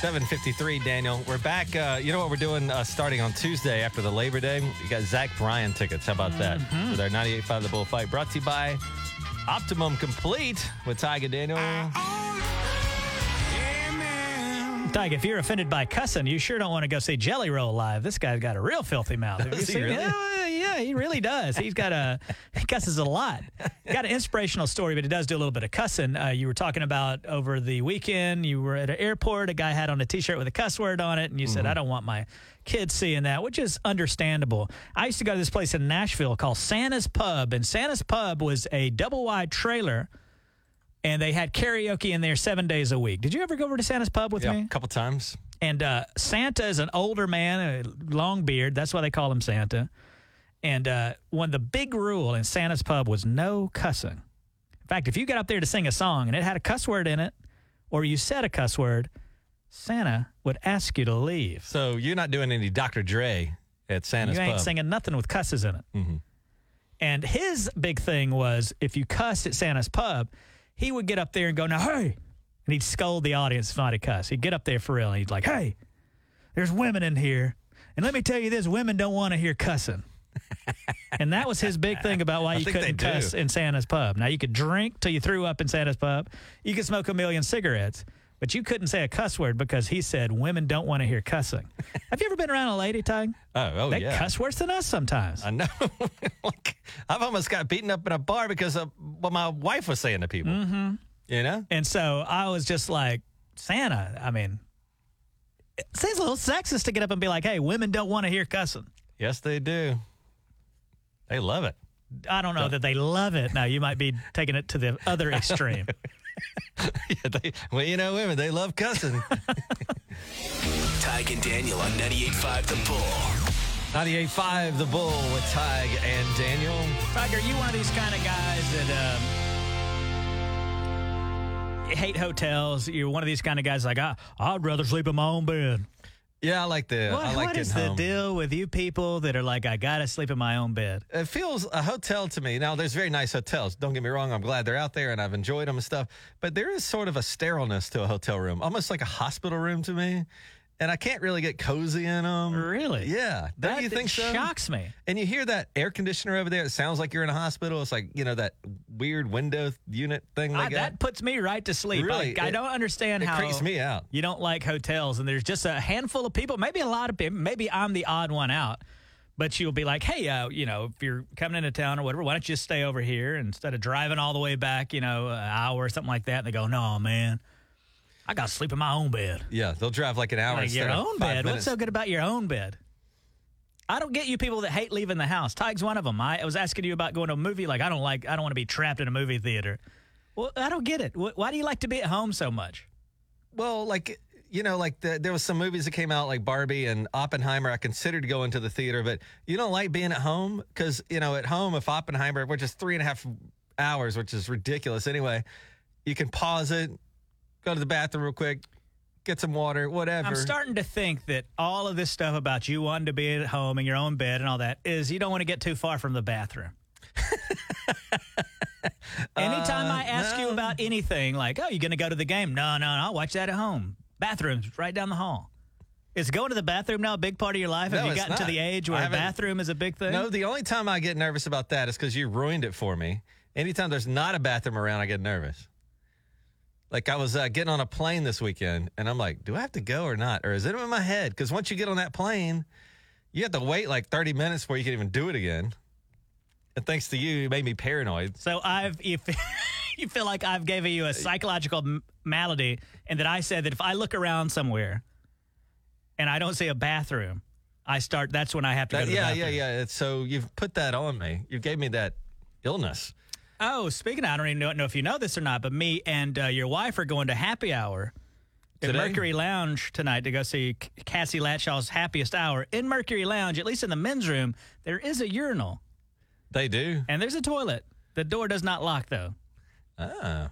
Speaker 1: 753, Daniel. We're back. Uh, you know what we're doing uh, starting on Tuesday after the Labor Day? We got Zach Bryan tickets. How about that?
Speaker 2: Mm-hmm.
Speaker 1: With our 98.5 The Bull Fight brought to you by Optimum Complete with Tiger Daniel.
Speaker 2: Ah, Doug, if you're offended by cussing, you sure don't want to go see Jelly Roll live. This guy's got a real filthy mouth. Have you
Speaker 1: Does he
Speaker 2: seen-
Speaker 1: really?
Speaker 2: Yeah, yeah, he really does. He's got a *laughs* he cusses a lot. Got an inspirational story, but he does do a little bit of cussing. Uh, you were talking about over the weekend. You were at an airport. A guy had on a T-shirt with a cuss word on it, and you
Speaker 1: Mm-hmm.
Speaker 2: said, "I don't want my kids seeing that," which is understandable. I used to go to this place in Nashville called Santa's Pub, and Santa's Pub was a double wide trailer. And they had karaoke in there seven days a week. Did you ever go over to Santa's Pub with
Speaker 1: Yeah,
Speaker 2: me?
Speaker 1: a couple times.
Speaker 2: And uh, Santa is an older man, a long beard. That's why they call him Santa. And uh, one the big rule in Santa's pub was no cussing. In fact, if you got up there to sing a song and it had a cuss word in it, or you said a cuss word, Santa would ask you to leave.
Speaker 1: So you're not doing any Dr. Dre at Santa's
Speaker 2: you ain't
Speaker 1: Pub.
Speaker 2: singing nothing with cusses in it.
Speaker 1: Mm-hmm.
Speaker 2: And his big thing was if you cussed at Santa's pub, he would get up there and go, now, hey. And he'd scold the audience if not a cuss. He'd get up there for real and he'd like, hey, there's women in here. And let me tell you this women don't want to hear
Speaker 1: *laughs*
Speaker 2: cussing. and that was his big thing about why you
Speaker 1: think they
Speaker 2: couldn't cuss
Speaker 1: do.
Speaker 2: in Santa's pub. Now, you could drink till you threw up in Santa's pub, you could smoke a million cigarettes. But you couldn't say a cuss word because he said women don't want to
Speaker 1: *laughs*
Speaker 2: hear cussing. Have you ever been around a lady, Tug?
Speaker 1: Oh, oh
Speaker 2: They
Speaker 1: yeah.
Speaker 2: cuss worse than us sometimes.
Speaker 1: I know. *laughs* like, I've almost got beaten up in a bar because of what my wife was saying to people. Mm-hmm. You know?
Speaker 2: And so I was just like, Santa, I mean, it seems a little sexist to get up and be like, hey, women don't want to hear cussing.
Speaker 1: Yes, they do. They love it.
Speaker 2: I don't know that they love it. Now, you might be taking it to the *laughs* other extreme.
Speaker 1: *laughs* yeah, they, well, you know, women, they love
Speaker 2: *laughs*
Speaker 1: cussing.
Speaker 4: Tyke and Daniel on 98.5 The Bull.
Speaker 1: 98.5 The Bull with Tig and Daniel.
Speaker 2: Tiger, you one of these kind of guys that um, hate hotels. You're one of these kind of guys like, I, I'd rather sleep in my own bed.
Speaker 1: Yeah, I like the.
Speaker 2: what
Speaker 1: I like
Speaker 2: what
Speaker 1: getting
Speaker 2: is the
Speaker 1: home.
Speaker 2: deal with you people that are like, I got to sleep in my own bed?
Speaker 1: It feels a hotel to me. Now, there's very nice hotels. Don't get me wrong. I'm glad they're out there and I've enjoyed them and stuff. But there is sort of a sterileness to a hotel room, almost like a hospital room to me. And I can't really get cozy in them.
Speaker 2: Really?
Speaker 1: Yeah. Don't
Speaker 2: That
Speaker 1: you think so?
Speaker 2: shocks me.
Speaker 1: And you hear that air conditioner over there. It sounds like you're in a hospital. It's like, you know, that weird window unit thing they
Speaker 2: Ah,
Speaker 1: got.
Speaker 2: that puts me right to sleep.
Speaker 1: Really,
Speaker 2: I, I
Speaker 1: it-
Speaker 2: don't understand
Speaker 1: it
Speaker 2: how
Speaker 1: creeps me out.
Speaker 2: You don't like hotels, and there's just a handful of people, maybe a lot of people, maybe I'm the odd one out. But you'll be like, hey, uh, you know, if you're coming into town or whatever, why don't you just stay over here instead of driving all the way back, you know, an hour or something like that? And they go, no, man, I got to sleep in my own bed.
Speaker 1: Yeah, they'll drive like an hour
Speaker 2: Like
Speaker 1: instead
Speaker 2: your
Speaker 1: of five
Speaker 2: own bed. What's
Speaker 1: minutes.
Speaker 2: so good about your own bed? I don't get you people that hate leaving the house. Tig's one of them. I, I was asking you about going to a movie. Like I don't like. I don't want to be trapped in a movie theater. Well, I don't get it. Wh- Why do you like to be at home so much?
Speaker 1: Well, like you know, like the, there was some movies that came out like Barbie and Oppenheimer. I considered going to the theater, but you don't like being at home because you know at home if Oppenheimer, which is three and a half hours, which is ridiculous anyway, you can pause it, go to the bathroom real quick, get some water, whatever.
Speaker 2: I'm starting to think that all of this stuff about you wanting to be at home in your own bed and all that is you don't want to get too far from
Speaker 1: *laughs*
Speaker 2: the bathroom. Anytime
Speaker 1: Uh,
Speaker 2: I ask you
Speaker 1: no.
Speaker 2: about anything, like, oh, you going to go to the game? No, no, no, I'll watch that at home. Bathroom's right down the hall. Is going to the bathroom now a big part of your life? Have
Speaker 1: No,
Speaker 2: you
Speaker 1: it's
Speaker 2: gotten to
Speaker 1: not.
Speaker 2: the age
Speaker 1: I
Speaker 2: where a
Speaker 1: haven't-
Speaker 2: bathroom is a big thing?
Speaker 1: No, the only time I get nervous about that is because you ruined it for me. Anytime there's not a bathroom around, I get nervous. Like I was uh, getting on a plane this weekend, and I'm like, do I have to go or not, or is it in my head? Because once you get on that plane, you have to wait like 30 minutes before you can even do it again. And thanks to you, you made me paranoid.
Speaker 2: So I've if *laughs* you feel like I've given you a psychological m- malady, and that I said that if I look around somewhere and I don't see a bathroom, I start. That's when I have to go
Speaker 1: That-
Speaker 2: to the
Speaker 1: yeah, yeah,
Speaker 2: bathroom.
Speaker 1: yeah. It's, so you've put that on me. You gave me that illness.
Speaker 2: Oh, speaking, of, I don't even know, know if you know this or not, but me and uh, your wife are going to happy hour. At
Speaker 1: Today?
Speaker 2: Mercury Lounge tonight to go see C- Cassie Latshaw's Happiest Hour. In Mercury Lounge, at least in the men's room, there is a urinal
Speaker 1: They do.
Speaker 2: and there's a toilet. The door does not lock though.
Speaker 1: Ah.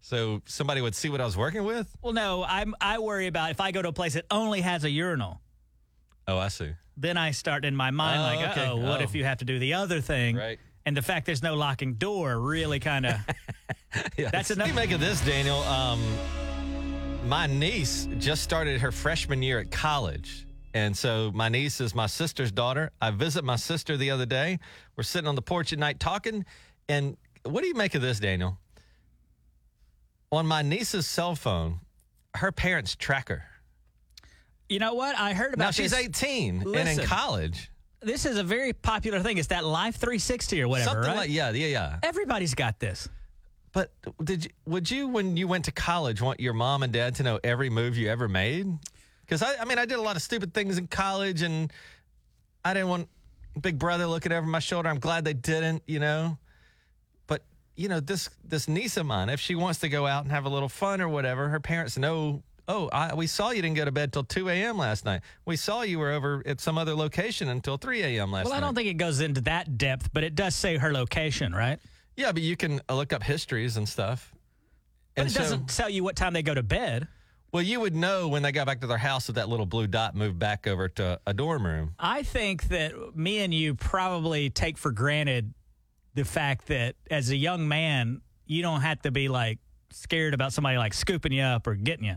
Speaker 1: So somebody would see what I was working with.
Speaker 2: Well, no, I'm I worry about if I go to a place that only has a urinal.
Speaker 1: Oh, I see.
Speaker 2: then I start in my mind
Speaker 1: Oh,
Speaker 2: like,
Speaker 1: okay.
Speaker 2: oh, what
Speaker 1: Oh.
Speaker 2: if you have to do the other thing?
Speaker 1: Right.
Speaker 2: And the fact there's no locking door really kind
Speaker 1: *laughs*
Speaker 2: of.
Speaker 1: Yeah.
Speaker 2: That's enough-
Speaker 1: What do you make of this, Daniel? Um, my niece just started her freshman year at college. And so my niece is my sister's daughter. I visit my sister the other day. We're sitting on the porch at night talking. And what do you make of this, Daniel? On my niece's cell phone, her parents track her.
Speaker 2: you know what? I heard about
Speaker 1: Now she's
Speaker 2: this.
Speaker 1: 18 and
Speaker 2: Listen.
Speaker 1: in college.
Speaker 2: This is a very popular thing. It's that Life 360 or whatever,
Speaker 1: Something
Speaker 2: right?
Speaker 1: like yeah, yeah, yeah.
Speaker 2: Everybody's got this.
Speaker 1: But did you, would you, when you went to college, want your mom and dad to know every move you ever made? Because I, I mean, I did a lot of stupid things in college, and I didn't want Big Brother looking over my shoulder. I'm glad they didn't, you know. But you know, this this niece of mine, if she wants to go out and have a little fun or whatever, her parents know. Oh, I, we saw you didn't go to bed till 2 a.m. last night. We saw you were over at some other location until 3 a.m. last
Speaker 2: Well, I
Speaker 1: night.
Speaker 2: don't think it goes into that depth, but it does say her location, right?
Speaker 1: yeah, but you can uh, look up histories and stuff.
Speaker 2: But
Speaker 1: And
Speaker 2: it
Speaker 1: so-
Speaker 2: doesn't tell you what time they go to bed.
Speaker 1: Well, you would know when they got back to their house if that little blue dot moved back over to a dorm room.
Speaker 2: I think that me and you probably take for granted the fact that as a young man, you don't have to be like scared about somebody like scooping you up or getting you.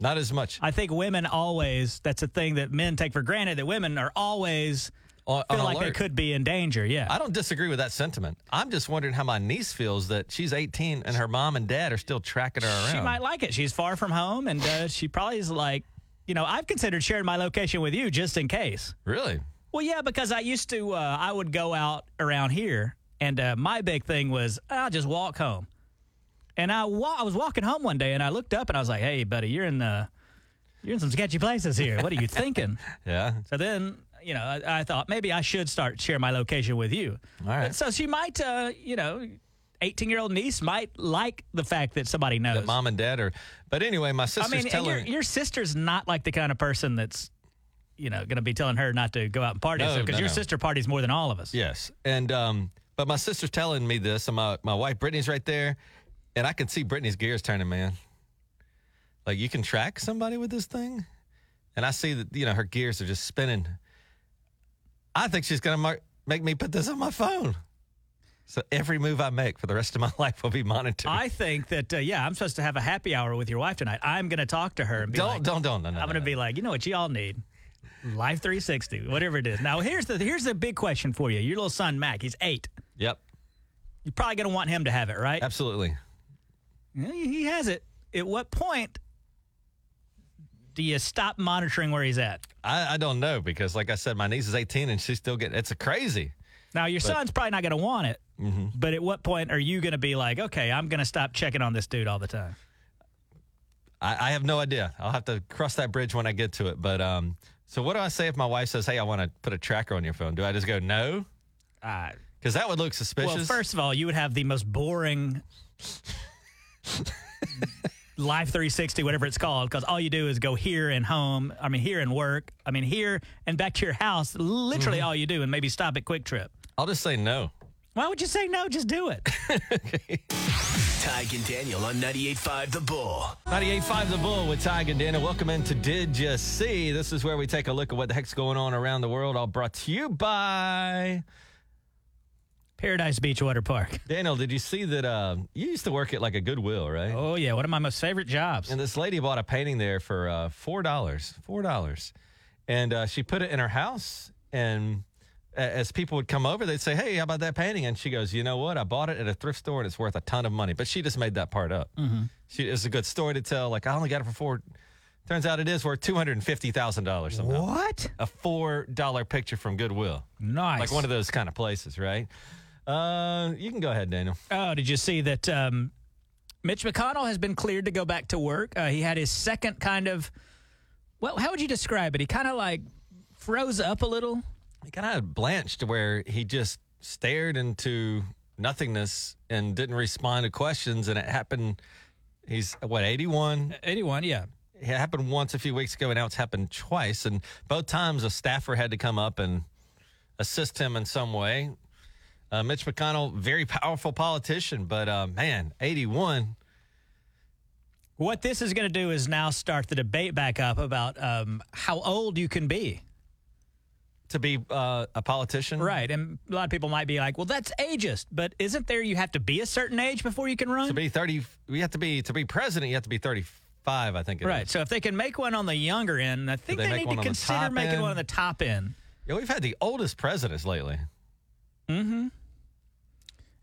Speaker 1: Not as much.
Speaker 2: I think women always, that's a thing that men take for granted that women are always
Speaker 1: on, on
Speaker 2: feel like they
Speaker 1: alert.
Speaker 2: could be in danger. Yeah.
Speaker 1: I don't disagree with that sentiment. I'm just wondering how my niece feels that she's 18 and her mom and dad are still tracking her around.
Speaker 2: she might like it. She's far from home, and uh, she probably is like, you know, I've considered sharing my location with you just in case.
Speaker 1: really?
Speaker 2: Well, yeah, because I used to, uh, I would go out around here, and uh, my big thing was I'll just walk home. And I, wa- I was walking home one day, and I looked up, and I was like, "Hey, buddy, you're in the, you're in some sketchy places here. What are
Speaker 1: *laughs*
Speaker 2: you thinking?"
Speaker 1: Yeah.
Speaker 2: So then, you know, I, I thought maybe I should start sharing my location with you.
Speaker 1: All right.
Speaker 2: So she might, uh, you know, 18 year old niece might like the fact that somebody knows.
Speaker 1: That mom and dad are. But anyway, my
Speaker 2: I
Speaker 1: sister's
Speaker 2: mean, and
Speaker 1: telling
Speaker 2: your, your sister's not like the kind of person that's, you know, going to be telling her not to go out and party
Speaker 1: No,
Speaker 2: because
Speaker 1: no,
Speaker 2: your
Speaker 1: no.
Speaker 2: sister parties more than all of us.
Speaker 1: Yes. And um, but my sister's telling me this, and my, my wife Brittany's right there, and I can see Brittany's gears turning, man. Like you can track somebody with this thing, and I see that you know her gears are just spinning. I think she's gonna mar- make me put this on my phone, so every move I make for the rest of my *laughs* life will be monitored.
Speaker 2: I think that uh, yeah, I'm supposed to have a happy hour with your wife tonight. I'm going to talk to her and be
Speaker 1: don't,
Speaker 2: like,
Speaker 1: don't don't no, no,
Speaker 2: I'm
Speaker 1: no,
Speaker 2: going to
Speaker 1: no.
Speaker 2: be like, you know what, you all need Life 360, whatever it is. Now here's the here's the big question for you. Your little son Mac, he's eight.
Speaker 1: Yep,
Speaker 2: You're probably going to want him to have it, right?
Speaker 1: absolutely.
Speaker 2: Yeah, He has it. At what point do you stop monitoring where he's at?
Speaker 1: I, I don't know because, like I said, my niece is 18 and she's still getting. It's a crazy.
Speaker 2: Now your son's probably not going to want it, but at what point are you going to be like, okay, I'm going to stop checking on this dude all the time?
Speaker 1: I, I have no idea. I'll have to cross that bridge when I get to it. But um, so what do I say if my wife says, "Hey, I want to put a tracker on your phone"? Do I just go no?
Speaker 2: Uh,
Speaker 1: Because that would look suspicious.
Speaker 2: well, first of all, you would have the most boring *laughs* life 360, whatever it's called, because all you do is go here and home. I mean, here and work. I mean, here and back to your house. Literally, all you do, and maybe stop at Quick Trip.
Speaker 1: I'll just say no.
Speaker 2: Why would you say no? Just do it.
Speaker 4: Tyke and Daniel on 98.5 The Bull.
Speaker 1: 98.5 The Bull with Ty and Dana. Welcome into Did You See? This is where we take a look at what the heck's going on around the world. All brought to you by
Speaker 2: Paradise Beach Water Park.
Speaker 1: Daniel. Did you see that? Uh, you used to work at like a Goodwill, right?
Speaker 2: Oh yeah, one of my most favorite jobs.
Speaker 1: And this lady bought a painting there for uh, four dollars, four dollars, and uh, she put it in her house. And a- as people would come over, they'd say, "Hey, how about that painting?" And she goes, "You know what? I bought it at a thrift store, and it's worth a ton of money." But she just made that part up.
Speaker 2: Mm-hmm.
Speaker 1: She it's a good story to tell. Like I only got it for four. Turns out it is worth two hundred and fifty thousand dollars somehow.
Speaker 2: What?
Speaker 1: A four dollar picture from Goodwill,
Speaker 2: Nice.
Speaker 1: like one of those kind of places, right? Uh, you can go ahead, Daniel.
Speaker 2: Oh, did you see that um, Mitch McConnell has been cleared to go back to work? Uh, he had his second kind of, well, how would you describe it? He kind of like froze up a little.
Speaker 1: he kind of blanched to where he just stared into nothingness and didn't respond to questions and it happened he's what 81
Speaker 2: Anyone, yeah.
Speaker 1: it happened once a few weeks ago and now it's happened twice and both times a staffer had to come up and assist him in some way uh, mitch mcconnell very powerful politician but uh, man 81
Speaker 2: What this is going to do is now start the debate back up about um, how old you can be.
Speaker 1: to be uh, a politician
Speaker 2: Right. And a lot of people might be like, well, that's ageist, but isn't there you have to be a certain age before you can run?
Speaker 1: to be 30 we have to be to be president you have to be 35 i think it is.
Speaker 2: Right. So if they can make one on the younger end, I think
Speaker 1: they
Speaker 2: they,
Speaker 1: make one
Speaker 2: need to
Speaker 1: on the
Speaker 2: consider
Speaker 1: top
Speaker 2: making
Speaker 1: end?
Speaker 2: one on the top end.
Speaker 1: yeah we've had the oldest presidents lately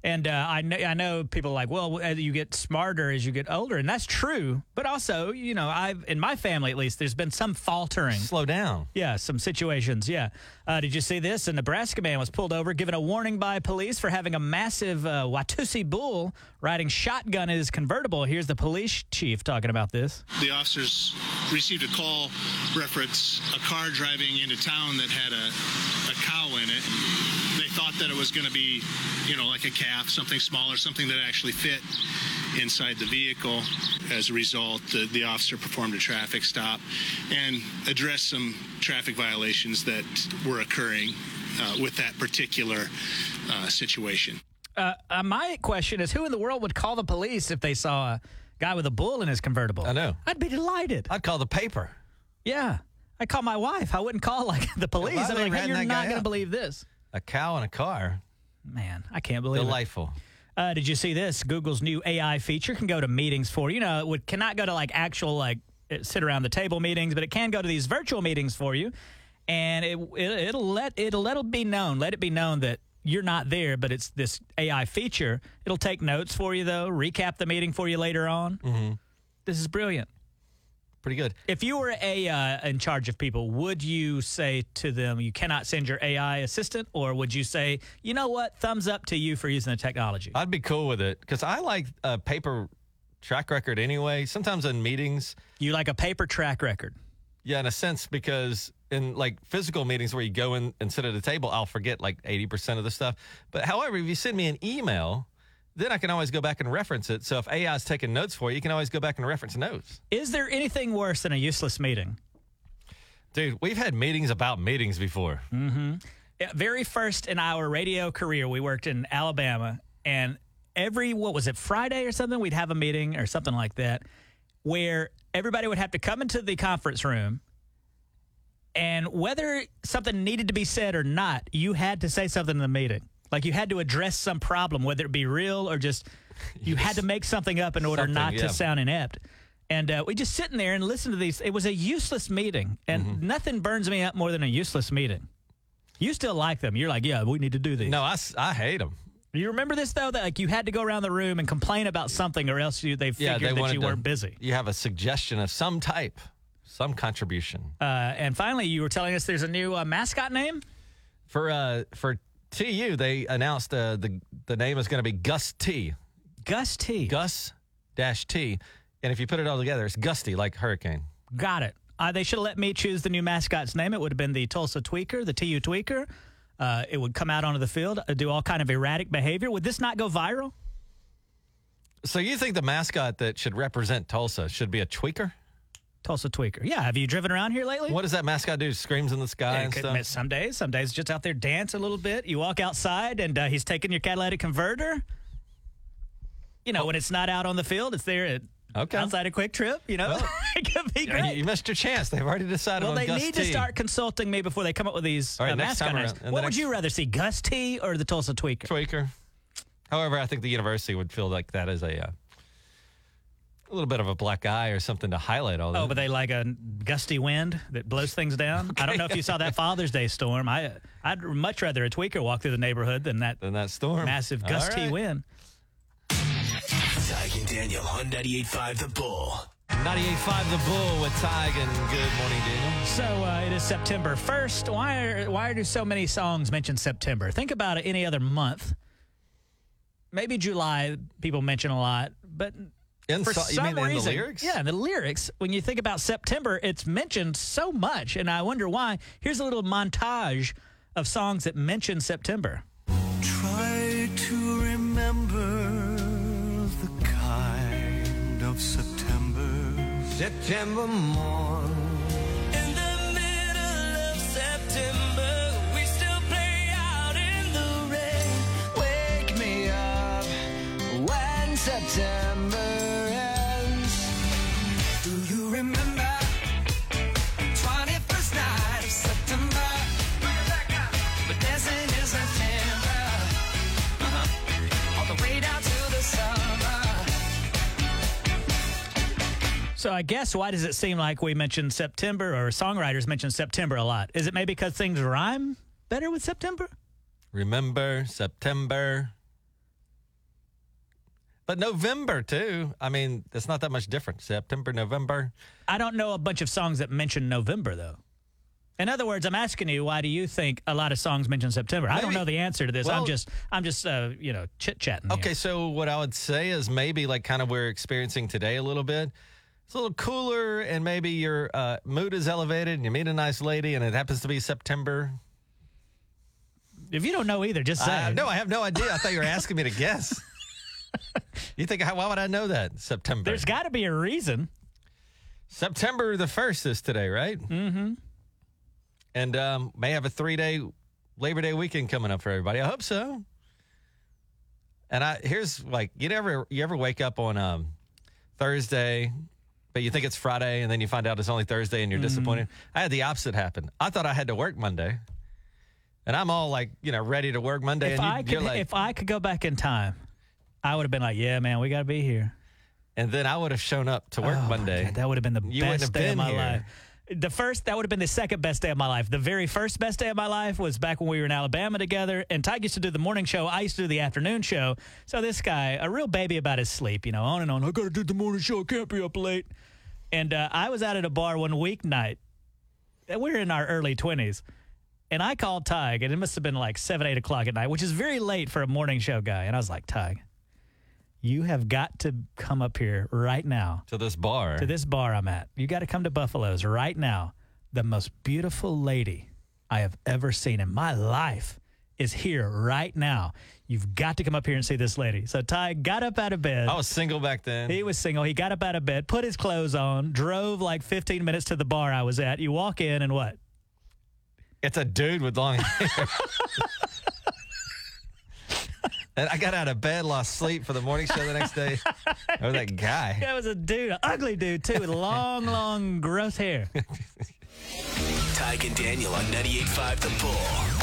Speaker 2: And uh, I know I know people are like, well, as you get smarter as you get older, and that's true. But also, you know, I've in my family at least, there's been some faltering.
Speaker 1: slow down
Speaker 2: Yeah, some situations. Yeah. Uh, did you see this? A Nebraska man was pulled over, given a warning by police for having a massive uh, Watusi bull riding shotgun in his convertible. Here's the police chief talking about this.
Speaker 7: The officers received a call reference a car driving into town that had a, a cow in it. They thought that it was going to be, you know, like a calf, something smaller, something that actually fit inside the vehicle. As a result, the, the officer performed a traffic stop and addressed some traffic violations that were occurring uh, with that particular uh, situation.
Speaker 2: Uh, uh, my question is, who in the world would call the police if they saw a guy with a bull in his convertible?
Speaker 1: I know.
Speaker 2: I'd be delighted.
Speaker 1: I'd call the paper.
Speaker 2: Yeah. I call my wife. I wouldn't call like *laughs* the police.
Speaker 1: why
Speaker 2: I'm
Speaker 1: they
Speaker 2: like, hey,
Speaker 1: ratting
Speaker 2: you're
Speaker 1: that
Speaker 2: not
Speaker 1: guy
Speaker 2: going to
Speaker 1: out?
Speaker 2: believe this.
Speaker 1: A cow and a car.
Speaker 2: Man, I can't believe it.
Speaker 1: Delightful.
Speaker 2: Uh, did you see this? Google's new AI feature can go to meetings for you know it would, cannot go to like actual like uh, sit around the table meetings, but it can go to these virtual meetings for you. and it, it it'll let it'll let it be known, let it be known that you're not there, but it's this AI feature. It'll take notes for you though, recap the meeting for you later on. This is brilliant.
Speaker 1: Pretty good.
Speaker 2: If you were a uh, in charge of people, would you say to them, "You cannot send your AI assistant," or would you say, "You know what? Thumbs up to you for using the technology."
Speaker 1: I'd be cool with it because I like a paper track record anyway. Sometimes in meetings,
Speaker 2: you like a paper track record.
Speaker 1: yeah, in a sense, because in like physical meetings where you go in and sit at a table, I'll forget like 80% of the stuff. But however, if you send me an email, then I can always go back and reference it. So if AI is taking notes for you, you can always go back and reference notes.
Speaker 2: Is there anything worse than a useless meeting?
Speaker 1: Dude, we've had meetings about meetings before.
Speaker 2: Yeah, very first in our radio career, we worked in Alabama, and every what was it Friday or something, we'd have a meeting or something like that, where everybody would have to come into the conference room, and whether something needed to be said or not, you had to say something in the meeting. Like you had to address some problem, whether it be real or just you had to make something up in order
Speaker 1: Something,
Speaker 2: not
Speaker 1: yeah.
Speaker 2: to sound inept. And uh, we just sitting there and listen to these. It was a useless meeting, and
Speaker 1: Mm-hmm.
Speaker 2: nothing burns me up more than a useless meeting. You still like them. You're like, yeah, we need to do these.
Speaker 1: No, I, s- I hate them.
Speaker 2: You remember this though that like you had to go around the room and complain about something, or else you they
Speaker 1: Yeah,
Speaker 2: figured
Speaker 1: they
Speaker 2: that
Speaker 1: wanted
Speaker 2: you
Speaker 1: to-
Speaker 2: weren't busy.
Speaker 1: You have a suggestion of some type, some contribution.
Speaker 2: Uh, and finally, you were telling us there's a new uh, mascot name.
Speaker 1: For uh for TU, they announced uh, the the name is going to be Gus T.
Speaker 2: Gus T.
Speaker 1: Gus dash T. And if you put it all together, it's gusty like hurricane.
Speaker 2: Got it. Uh, they should have let me choose the new mascot's name. It would have been the Tulsa Tweaker, the TU Tweaker. Uh, it would come out onto the field, uh, do all kind of erratic behavior. Would this not go viral?
Speaker 1: So you think the mascot that should represent Tulsa should be a tweaker?
Speaker 2: Tulsa Tweaker. Yeah. Have you driven around here lately?
Speaker 1: What does that mascot do? Screams in the sky
Speaker 2: Yeah,
Speaker 1: and
Speaker 2: could-
Speaker 1: stuff.
Speaker 2: Some days, some days just out there dance a little bit. You walk outside and uh, he's taking your catalytic converter. You know, when it's not out on the field, it's there at
Speaker 1: Oh. Okay.
Speaker 2: outside a quick trip. You know, *laughs* it could be
Speaker 1: Yeah,
Speaker 2: great.
Speaker 1: you- You missed your chance. They've already decided
Speaker 2: well,
Speaker 1: on
Speaker 2: they
Speaker 1: Gus
Speaker 2: need
Speaker 1: T.
Speaker 2: to start consulting me before they come up with these
Speaker 1: All right,
Speaker 2: uh,
Speaker 1: next
Speaker 2: mascot
Speaker 1: time
Speaker 2: names.
Speaker 1: around- and the
Speaker 2: What would
Speaker 1: next-
Speaker 2: you rather see, Gus T or the Tulsa Tweaker?
Speaker 1: tweaker. However, I think the university would feel like that is a uh, a little bit of a black eye or something to highlight all that.
Speaker 2: Oh, but they like a gusty wind that blows things down. I don't know if you saw that Father's Day storm. I I'd much rather a tweaker walk through the neighborhood than
Speaker 1: *laughs*
Speaker 2: that
Speaker 1: then that storm.
Speaker 2: massive
Speaker 1: All
Speaker 2: gusty
Speaker 1: right.
Speaker 2: wind.
Speaker 4: Tyke and Daniel on 98.5 The Bull.
Speaker 1: 98.5 The Bull with Tig and Good Morning Daniel.
Speaker 2: So uh, it is September 1st. Why are, why do so many songs mention September? Think about it any other month. Maybe July people mention a lot, but
Speaker 1: In
Speaker 2: for
Speaker 1: so- you
Speaker 2: some
Speaker 1: mean in
Speaker 2: reason,
Speaker 1: the lyrics?
Speaker 2: yeah, in the lyrics. When you think about September, it's mentioned so much, and I wonder why. Here's a little montage of songs that mention September.
Speaker 8: Try to remember the kind of September. September morn. In the middle of September, we still play out in the rain. Wake me up when September ends. Do you remember? 21st night of September. But dancing in September. All the way down to the summer.
Speaker 2: So I guess why does it seem like we mention September or songwriters mention September a lot? Is it maybe because things rhyme better with September?
Speaker 1: Remember September. But November too. I mean, it's not that much different. September, November.
Speaker 2: I don't know a bunch of songs that mention November though. In other words, I'm asking you, why do you think a lot of songs mention September? I don't
Speaker 1: Maybe-
Speaker 2: know the answer to this. I'm
Speaker 1: well-
Speaker 2: just, I'm just, uh, you know, chit chatting.
Speaker 1: Okay, so what I would say is maybe like kind of we're experiencing today a little bit. It's a little cooler, and maybe your uh, mood is elevated, and you meet a nice lady, and it happens to be September.
Speaker 2: If you don't know either, just say.
Speaker 1: Uh, no, I have no idea. I thought you were asking me to
Speaker 2: *laughs*
Speaker 1: guess. you think how, why would I know that September?
Speaker 2: There's got to be a reason.
Speaker 1: September the first is today, right? Mm-hmm. And um, may have a three-day Labor Day weekend coming up for everybody. I hope so. And I here's like you never you ever wake up on um, Thursday, but you think it's Friday, and then you find out it's only Thursday,
Speaker 2: Mm-hmm.
Speaker 1: and you're disappointed. I had the opposite happen. I thought I had to work Monday, and I'm all like you know ready to work Monday,
Speaker 2: If
Speaker 1: and you,
Speaker 2: I
Speaker 1: you're
Speaker 2: could,
Speaker 1: like,
Speaker 2: if I could go back in time, I would have been like, yeah, man, we got to be here.
Speaker 1: and then I would have shown up to work
Speaker 2: Oh my
Speaker 1: Monday.
Speaker 2: God, that would have been the
Speaker 1: You wouldn't
Speaker 2: best
Speaker 1: have
Speaker 2: day of
Speaker 1: been
Speaker 2: my
Speaker 1: here.
Speaker 2: life. the first that would have been the second best day of my life. The very first best day of my life was back when we were in Alabama together, and Tyke used to do the morning show. I used to do the afternoon show. So this guy, a real baby about his sleep, you know, on and on. I got to do the morning show. I can't be up late. And uh, I was out at a bar one weeknight. and We were in our early twenties, and I called Tyke, and it must have been like seven, eight o'clock at night, which is very late for a morning show guy. And I was like, Tyke, you have got to come up here right now
Speaker 1: to this bar.
Speaker 2: to this bar I'm at. You got to come to Buffalo's right now. The most beautiful lady I have ever seen in my life is here right now. You've got to come up here and see this lady. So Ty got up out of bed.
Speaker 1: I was single back then.
Speaker 2: He was single. He got up out of bed, put his clothes on, drove like 15 minutes to the bar I was at. You walk in and what?
Speaker 1: It's a dude with long hair.
Speaker 2: *laughs*
Speaker 1: and I got out of bed, lost sleep for the morning show the next day. I was that guy.
Speaker 2: That was a dude, an ugly dude too, with long, long, gross hair.
Speaker 4: Tyke and Daniel on 98.5 The Bull.